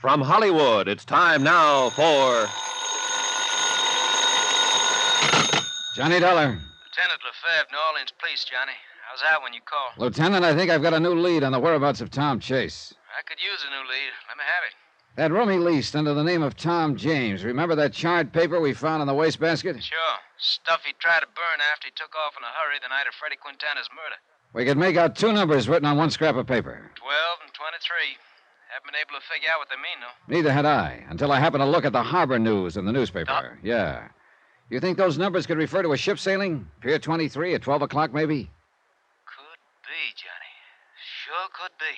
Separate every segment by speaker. Speaker 1: From Hollywood, it's time now for.
Speaker 2: Johnny Dollar.
Speaker 3: Lieutenant Lefebvre, New Orleans Police, Johnny. I was out when you called.
Speaker 2: Lieutenant, I think I've got a new lead on the whereabouts of Tom Chase.
Speaker 3: I could use a new lead. Let me have it.
Speaker 2: That room he leased under the name of Tom James. Remember that charred paper we found in the wastebasket?
Speaker 3: Sure. Stuff he tried to burn after he took off in a hurry the night of Freddie Quintana's murder.
Speaker 2: We could make out two numbers written on one scrap of paper.
Speaker 3: 12 and 23. Haven't been able to figure out what they mean, though.
Speaker 2: Neither had I, until I happened to look at the harbor news in the
Speaker 1: Uh.
Speaker 2: newspaper. Yeah. You think those numbers could refer to a ship sailing? Pier 23 at 12 o'clock, maybe?
Speaker 3: Could be, Johnny. Sure could be.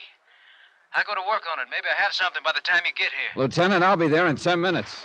Speaker 3: I go to work on it. Maybe I have something by the time you get here.
Speaker 2: Lieutenant, I'll be there in 10 minutes.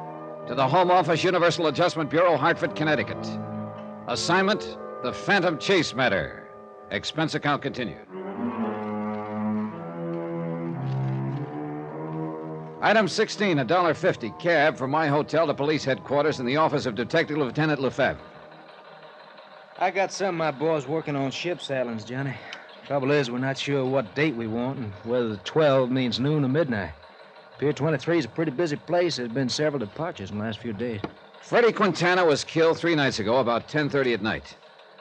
Speaker 2: to the Home Office Universal Adjustment Bureau, Hartford, Connecticut. Assignment The Phantom Chase Matter. Expense account continued. Item 16, a dollar fifty cab from my hotel to police headquarters in the office of Detective Lieutenant Lefebvre.
Speaker 4: I got some of my boys working on ship sailings, Johnny. Trouble is, we're not sure what date we want and whether the 12 means noon or midnight. Pier 23 is a pretty busy place. There's been several departures in the last few days.
Speaker 2: Freddie Quintana was killed three nights ago, about 10:30 at night.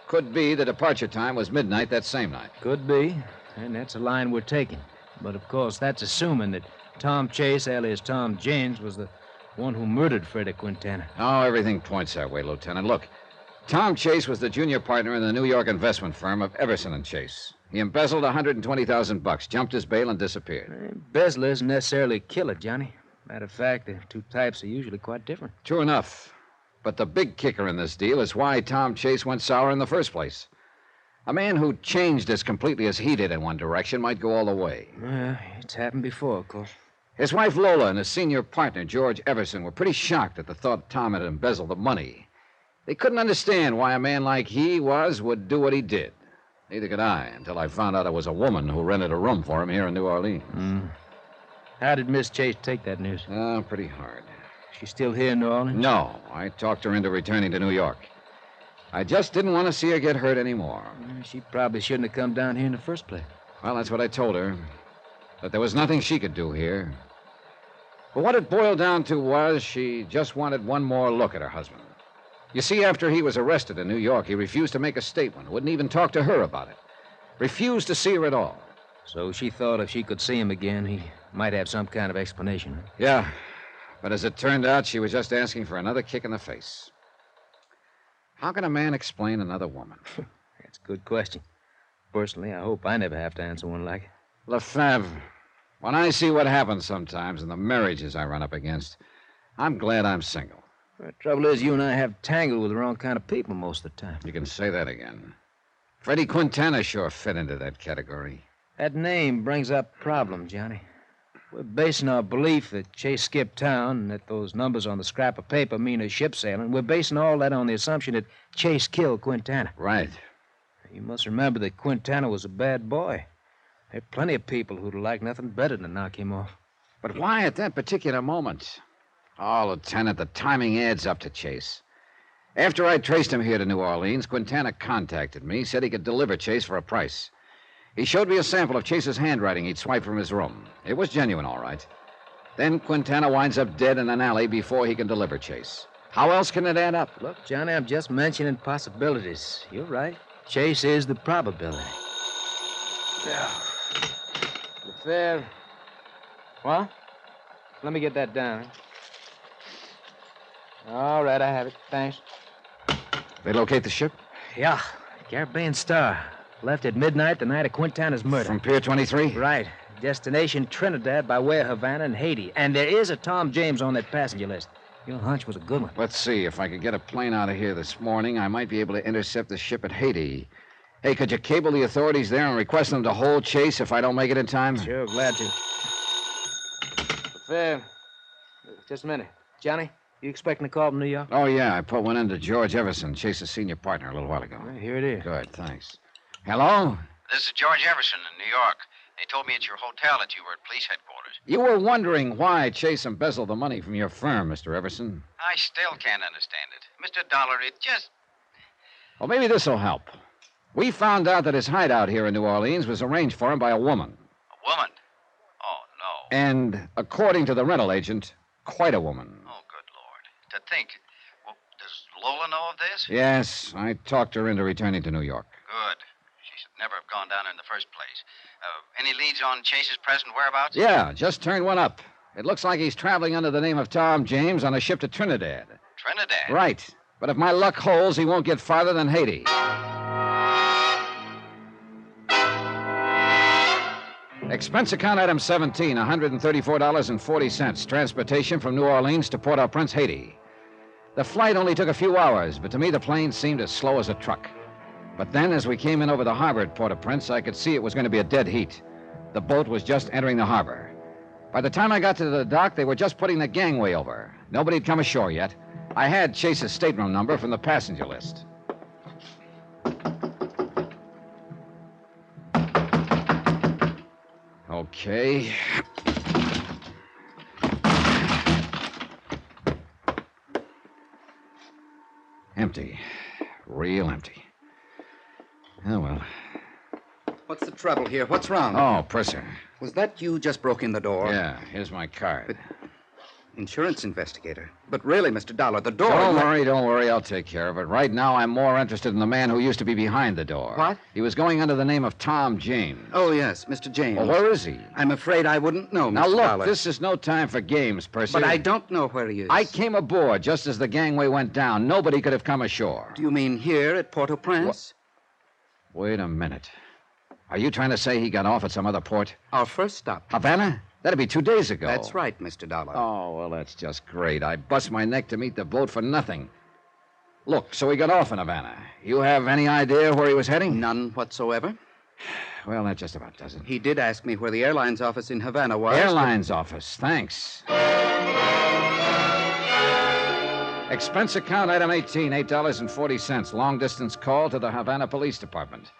Speaker 2: Could be the departure time was midnight that same night.
Speaker 4: Could be, and that's a line we're taking. But of course, that's assuming that Tom Chase, alias Tom James, was the one who murdered Freddie Quintana.
Speaker 2: Oh, everything points that way, Lieutenant. Look, Tom Chase was the junior partner in the New York investment firm of Everson and Chase. He embezzled 120,000 bucks, jumped his bail, and disappeared.
Speaker 4: Embezzler isn't necessarily a killer, Johnny. Matter of fact, the two types are usually quite different.
Speaker 2: True enough. But the big kicker in this deal is why Tom Chase went sour in the first place. A man who changed as completely as he did in one direction might go all the way.
Speaker 4: Yeah, it's happened before, of course.
Speaker 2: His wife Lola and his senior partner, George Everson, were pretty shocked at the thought Tom had embezzled the money. They couldn't understand why a man like he was would do what he did. Neither could I until I found out it was a woman who rented a room for him here in New Orleans.
Speaker 4: How did Miss Chase take that news?
Speaker 2: Ah, pretty hard.
Speaker 4: She's still here in New Orleans?
Speaker 2: No, I talked her into returning to New York. I just didn't want to see her get hurt anymore.
Speaker 4: She probably shouldn't have come down here in the first place.
Speaker 2: Well, that's what I told her. That there was nothing she could do here. But what it boiled down to was she just wanted one more look at her husband. You see, after he was arrested in New York, he refused to make a statement, wouldn't even talk to her about it, refused to see her at all.
Speaker 4: So she thought if she could see him again, he might have some kind of explanation.
Speaker 2: Yeah, but as it turned out, she was just asking for another kick in the face. How can a man explain another woman?
Speaker 4: That's a good question. Personally, I hope I never have to answer one like it.
Speaker 2: Lefebvre, when I see what happens sometimes in the marriages I run up against, I'm glad I'm single.
Speaker 4: The trouble is, you and I have tangled with the wrong kind of people most of the time.
Speaker 2: You can say that again. Freddie Quintana sure fit into that category.
Speaker 4: That name brings up problem, Johnny. We're basing our belief that Chase skipped town and that those numbers on the scrap of paper mean a ship sailing. We're basing all that on the assumption that Chase killed Quintana.
Speaker 2: Right.
Speaker 4: You must remember that Quintana was a bad boy. There are plenty of people who'd like nothing better than to knock him off.
Speaker 2: But why at that particular moment? Oh, Lieutenant, the timing adds up to Chase. After I traced him here to New Orleans, Quintana contacted me, said he could deliver Chase for a price. He showed me a sample of Chase's handwriting he'd swiped from his room. It was genuine, all right. Then Quintana winds up dead in an alley before he can deliver Chase. How else can it add up?
Speaker 4: Look, Johnny, I'm just mentioning possibilities. You're right. Chase is the probability. Lefebvre. What? Let me get that down. All right, I have it. Thanks.
Speaker 2: They locate the ship?
Speaker 4: Yeah, Caribbean Star. Left at midnight the night of Quintana's murder.
Speaker 2: From Pier 23?
Speaker 4: Right. Destination Trinidad by way of Havana and Haiti. And there is a Tom James on that passenger list. Your hunch was a good one.
Speaker 2: Let's see. If I could get a plane out of here this morning, I might be able to intercept the ship at Haiti. Hey, could you cable the authorities there and request them to hold Chase if I don't make it in time?
Speaker 4: Sure, glad to. Fair. Just a minute. Johnny, you expecting a call from New York?
Speaker 2: Oh, yeah. I put one into George Everson, Chase's senior partner, a little while ago.
Speaker 4: Well, here it is.
Speaker 2: Good, thanks. Hello?
Speaker 3: This is George Everson in New York. They told me at your hotel that you were at police headquarters.
Speaker 2: You were wondering why Chase embezzled the money from your firm, Mr. Everson.
Speaker 3: I still can't understand it. Mr. Dollar, it just.
Speaker 2: Well, maybe this will help. We found out that his hideout here in New Orleans was arranged for him by a woman,
Speaker 3: A woman. Oh, no.
Speaker 2: and according to the rental agent, quite a woman.
Speaker 3: Oh, good Lord. To think. Well, does Lola know of this?
Speaker 2: Yes, I talked her into returning to New York.
Speaker 3: Good. She should never have gone down in the first place. Uh, any leads on Chase's present whereabouts?
Speaker 2: Yeah, just turned one up. It looks like he's traveling under the name of Tom James on a ship to Trinidad.
Speaker 3: Trinidad.
Speaker 2: Right. But if my luck holds, he won't get farther than Haiti. Expense account item 17, $134.40. Transportation from New Orleans to Port au Prince, Haiti. The flight only took a few hours, but to me the plane seemed as slow as a truck. But then, as we came in over the harbor at Port au Prince, I could see it was going to be a dead heat. The boat was just entering the harbor. By the time I got to the dock, they were just putting the gangway over. Nobody had come ashore yet. I had Chase's stateroom number from the passenger list. Okay. Empty. Real empty. Oh, well.
Speaker 5: What's the trouble here? What's wrong?
Speaker 2: Oh, Presser.
Speaker 5: Was that you just broke in the door?
Speaker 2: Yeah, here's my card.
Speaker 5: Insurance investigator. But really, Mr. Dollar, the
Speaker 3: Oh,
Speaker 5: door.
Speaker 2: Don't worry, don't worry. I'll take care of it. Right now, I'm more interested in the man who used to be behind the door.
Speaker 5: What?
Speaker 2: He was going under the name of Tom James.
Speaker 5: Oh, yes, Mr. James.
Speaker 2: Well, where is he?
Speaker 5: I'm afraid I wouldn't know, Mr.
Speaker 2: Now, look,
Speaker 5: Dollar.
Speaker 2: this is no time for games, Percy.
Speaker 5: But I don't know where he is.
Speaker 2: I came aboard just as the gangway went down. Nobody could have come ashore.
Speaker 5: Do you mean here at Port-au-Prince?
Speaker 2: Wait a minute. Are you trying to say he got off at some other port?
Speaker 5: Our first stop.
Speaker 2: Havana? That'd be two days ago.
Speaker 5: That's right, Mr. Dollar.
Speaker 2: Oh, well, that's just great. I bust my neck to meet the boat for nothing. Look, so he got off in Havana. You have any idea where he was heading?
Speaker 5: None whatsoever.
Speaker 2: Well, that just about does it.
Speaker 5: He did ask me where the airline's office in Havana was.
Speaker 3: uh,
Speaker 2: Airlines office. Thanks. Expense account item 18, $8.40. Long distance call to the Havana Police Department.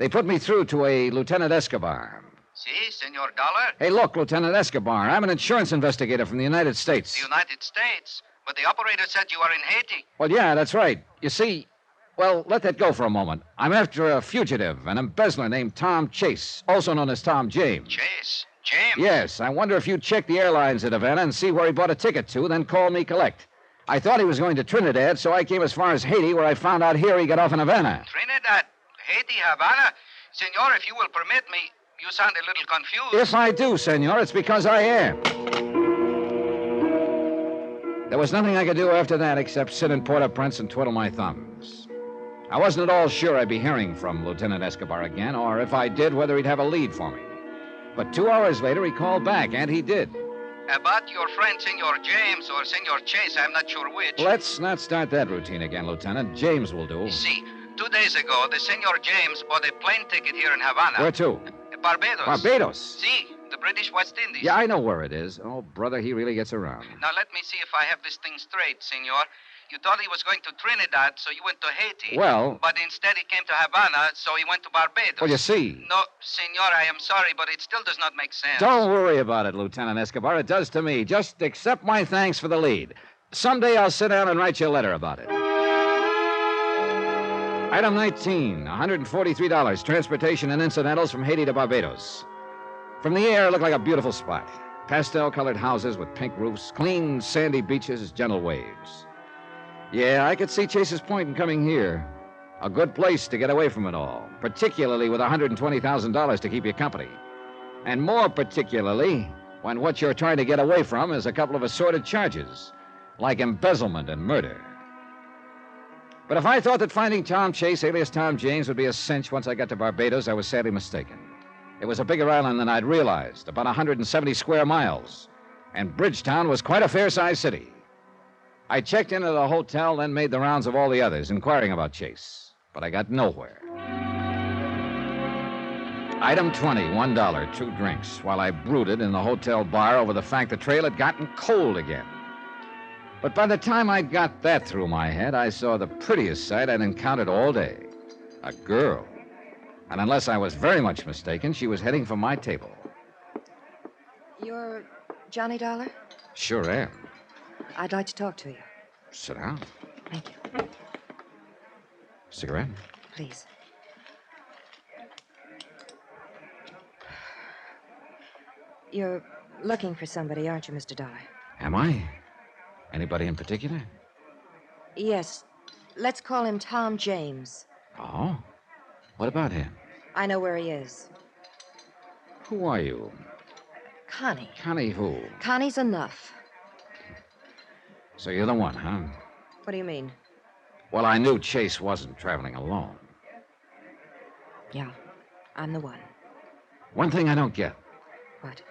Speaker 2: They put me through to a Lieutenant Escobar.
Speaker 3: See, Senor Dollar,
Speaker 2: Hey, look, Lieutenant Escobar, I'm an insurance investigator from the United States.
Speaker 3: the United States. But the operator said you are in Haiti.
Speaker 2: Well, yeah, that's right. You see, well, let that go for a moment. I'm after a fugitive, an embezzler named Tom Chase, also known as Tom James.
Speaker 3: Chase. James.
Speaker 2: Yes, I wonder if you'd check the airlines at Havana and see where he bought a ticket to, then call me collect. I thought he was going to Trinidad, so I came as far as Haiti, where I found out here he got off in Havana.
Speaker 3: Trinidad, Haiti, Havana. Senor, if you will permit me, you sound a little confused.
Speaker 2: If I do, senor, it's because I am. There was nothing I could do after that except sit in Port au Prince and twiddle my thumbs. I wasn't at all sure I'd be hearing from Lieutenant Escobar again, or if I did, whether he'd have a lead for me. But two hours later, he called back, and he did.
Speaker 3: About your friend, Senor James, or Senor Chase, I'm not sure which.
Speaker 2: Let's not start that routine again, Lieutenant. James will do.
Speaker 3: You see, two days ago, the Senor James bought a plane ticket here in Havana.
Speaker 2: Where to?
Speaker 3: Barbados.
Speaker 2: Barbados.
Speaker 3: See, the British West Indies.
Speaker 2: Yeah, I know where it is. Oh, brother, he really gets around.
Speaker 3: Now, let me see if I have this thing straight, Senor. You thought he was going to Trinidad, so you went to Haiti.
Speaker 2: Well-
Speaker 3: But instead, he came to Havana, so he went to Barbados.
Speaker 2: Well, you see.
Speaker 3: No, Senor, I am sorry, but it still does not make sense.
Speaker 2: Don't worry about it, Lieutenant Escobar. It does to me. Just accept my thanks for the lead. Someday I'll sit down and write you a letter about it. Item 19, $143, transportation and incidentals from Haiti to Barbados. From the air, it looked like a beautiful spot. Pastel colored houses with pink roofs, clean sandy beaches, gentle waves. Yeah, I could see Chase's point in coming here. A good place to get away from it all, particularly with $120,000 to keep you company. And more particularly, when what you're trying to get away from is a couple of assorted charges, like embezzlement and murder. But if I thought that finding Tom Chase, alias Tom James, would be a cinch once I got to Barbados, I was sadly mistaken. It was a bigger island than I'd realized, about 170 square miles, and Bridgetown was quite a fair sized city. I checked in at a hotel, then made the rounds of all the others, inquiring about Chase, but I got nowhere. Item 20, one dollar, two drinks, while I brooded in the hotel bar over the fact the trail had gotten cold again. But by the time I'd got that through my head, I saw the prettiest sight I'd encountered all day a girl. And unless I was very much mistaken, she was heading for my table.
Speaker 6: You're Johnny Dollar?
Speaker 2: Sure am.
Speaker 6: I'd like to talk to you.
Speaker 2: Sit down.
Speaker 6: Thank you.
Speaker 2: Cigarette?
Speaker 6: Please. You're looking for somebody, aren't you, Mr. Dollar?
Speaker 2: Am I? Anybody in particular?
Speaker 6: Yes. Let's call him Tom James.
Speaker 2: Oh? What about him?
Speaker 6: I know where he is.
Speaker 2: Who are you?
Speaker 6: Connie.
Speaker 2: Connie who?
Speaker 6: Connie's enough.
Speaker 2: So you're the one, huh?
Speaker 6: What do you mean?
Speaker 2: Well, I knew Chase wasn't traveling alone.
Speaker 6: Yeah, I'm the one.
Speaker 2: One thing I don't get
Speaker 6: What?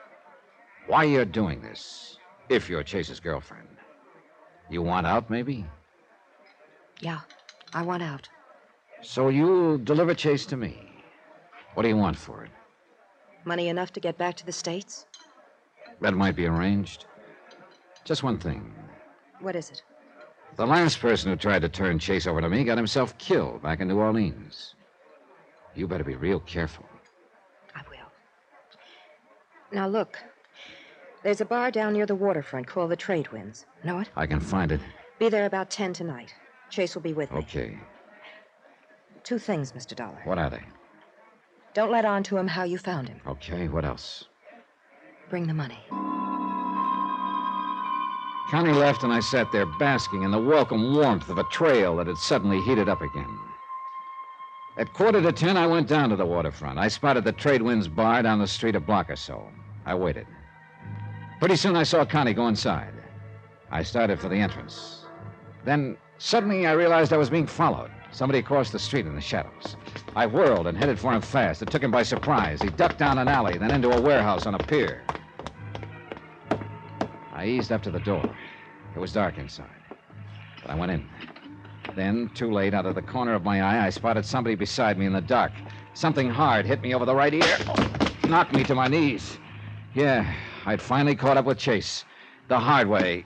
Speaker 2: why you're doing this, if you're Chase's girlfriend. You want out, maybe?
Speaker 6: Yeah, I want out.
Speaker 2: So you'll deliver Chase to me. What do you want for it?
Speaker 6: Money enough to get back to the States?
Speaker 2: That might be arranged. Just one thing.
Speaker 6: What is it?
Speaker 2: The last person who tried to turn Chase over to me got himself killed back in New Orleans. You better be real careful.
Speaker 6: I will. Now, look. There's a bar down near the waterfront called the Trade Winds. Know it?
Speaker 2: I can find it.
Speaker 6: Be there about 10 tonight. Chase will be with me.
Speaker 2: Okay.
Speaker 6: Two things, Mr. Dollar.
Speaker 2: What are they?
Speaker 6: Don't let on to him how you found him.
Speaker 2: Okay, what else?
Speaker 6: Bring the money.
Speaker 2: Connie left, and I sat there basking in the welcome warmth of a trail that had suddenly heated up again. At quarter to ten, I went down to the waterfront. I spotted the Trade Winds bar down the street a block or so. I waited. Pretty soon, I saw Connie go inside. I started for the entrance. Then, suddenly, I realized I was being followed. Somebody across the street in the shadows. I whirled and headed for him fast. It took him by surprise. He ducked down an alley, then into a warehouse on a pier. I eased up to the door. It was dark inside. But I went in. Then, too late, out of the corner of my eye, I spotted somebody beside me in the dark. Something hard hit me over the right ear, knocked me to my knees. Yeah, I'd finally caught up with Chase. The hard way.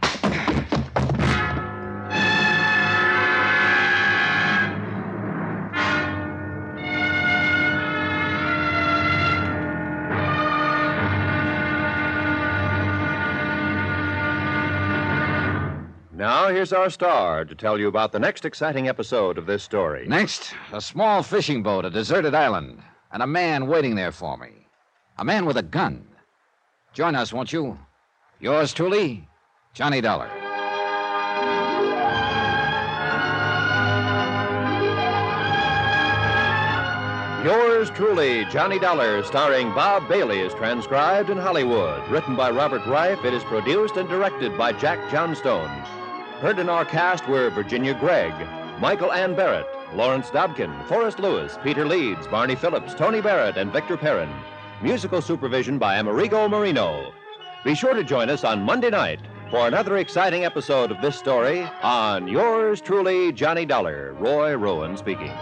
Speaker 4: Now, here's our star to tell you about the next exciting episode of this story.
Speaker 2: Next, a small fishing boat, a deserted island, and a man waiting there for me. A man with a gun. Join us, won't you? Yours truly, Johnny Dollar.
Speaker 4: Yours truly, Johnny Dollar, starring Bob Bailey, is transcribed in Hollywood. Written by Robert Reif, it is produced and directed by Jack Johnstone. Heard in our cast were Virginia Gregg, Michael Ann Barrett, Lawrence Dobkin, Forrest Lewis, Peter Leeds, Barney Phillips, Tony Barrett, and Victor Perrin. Musical supervision by Amerigo Marino. Be sure to join us on Monday night for another exciting episode of this story on Yours truly, Johnny Dollar, Roy Rowan speaking.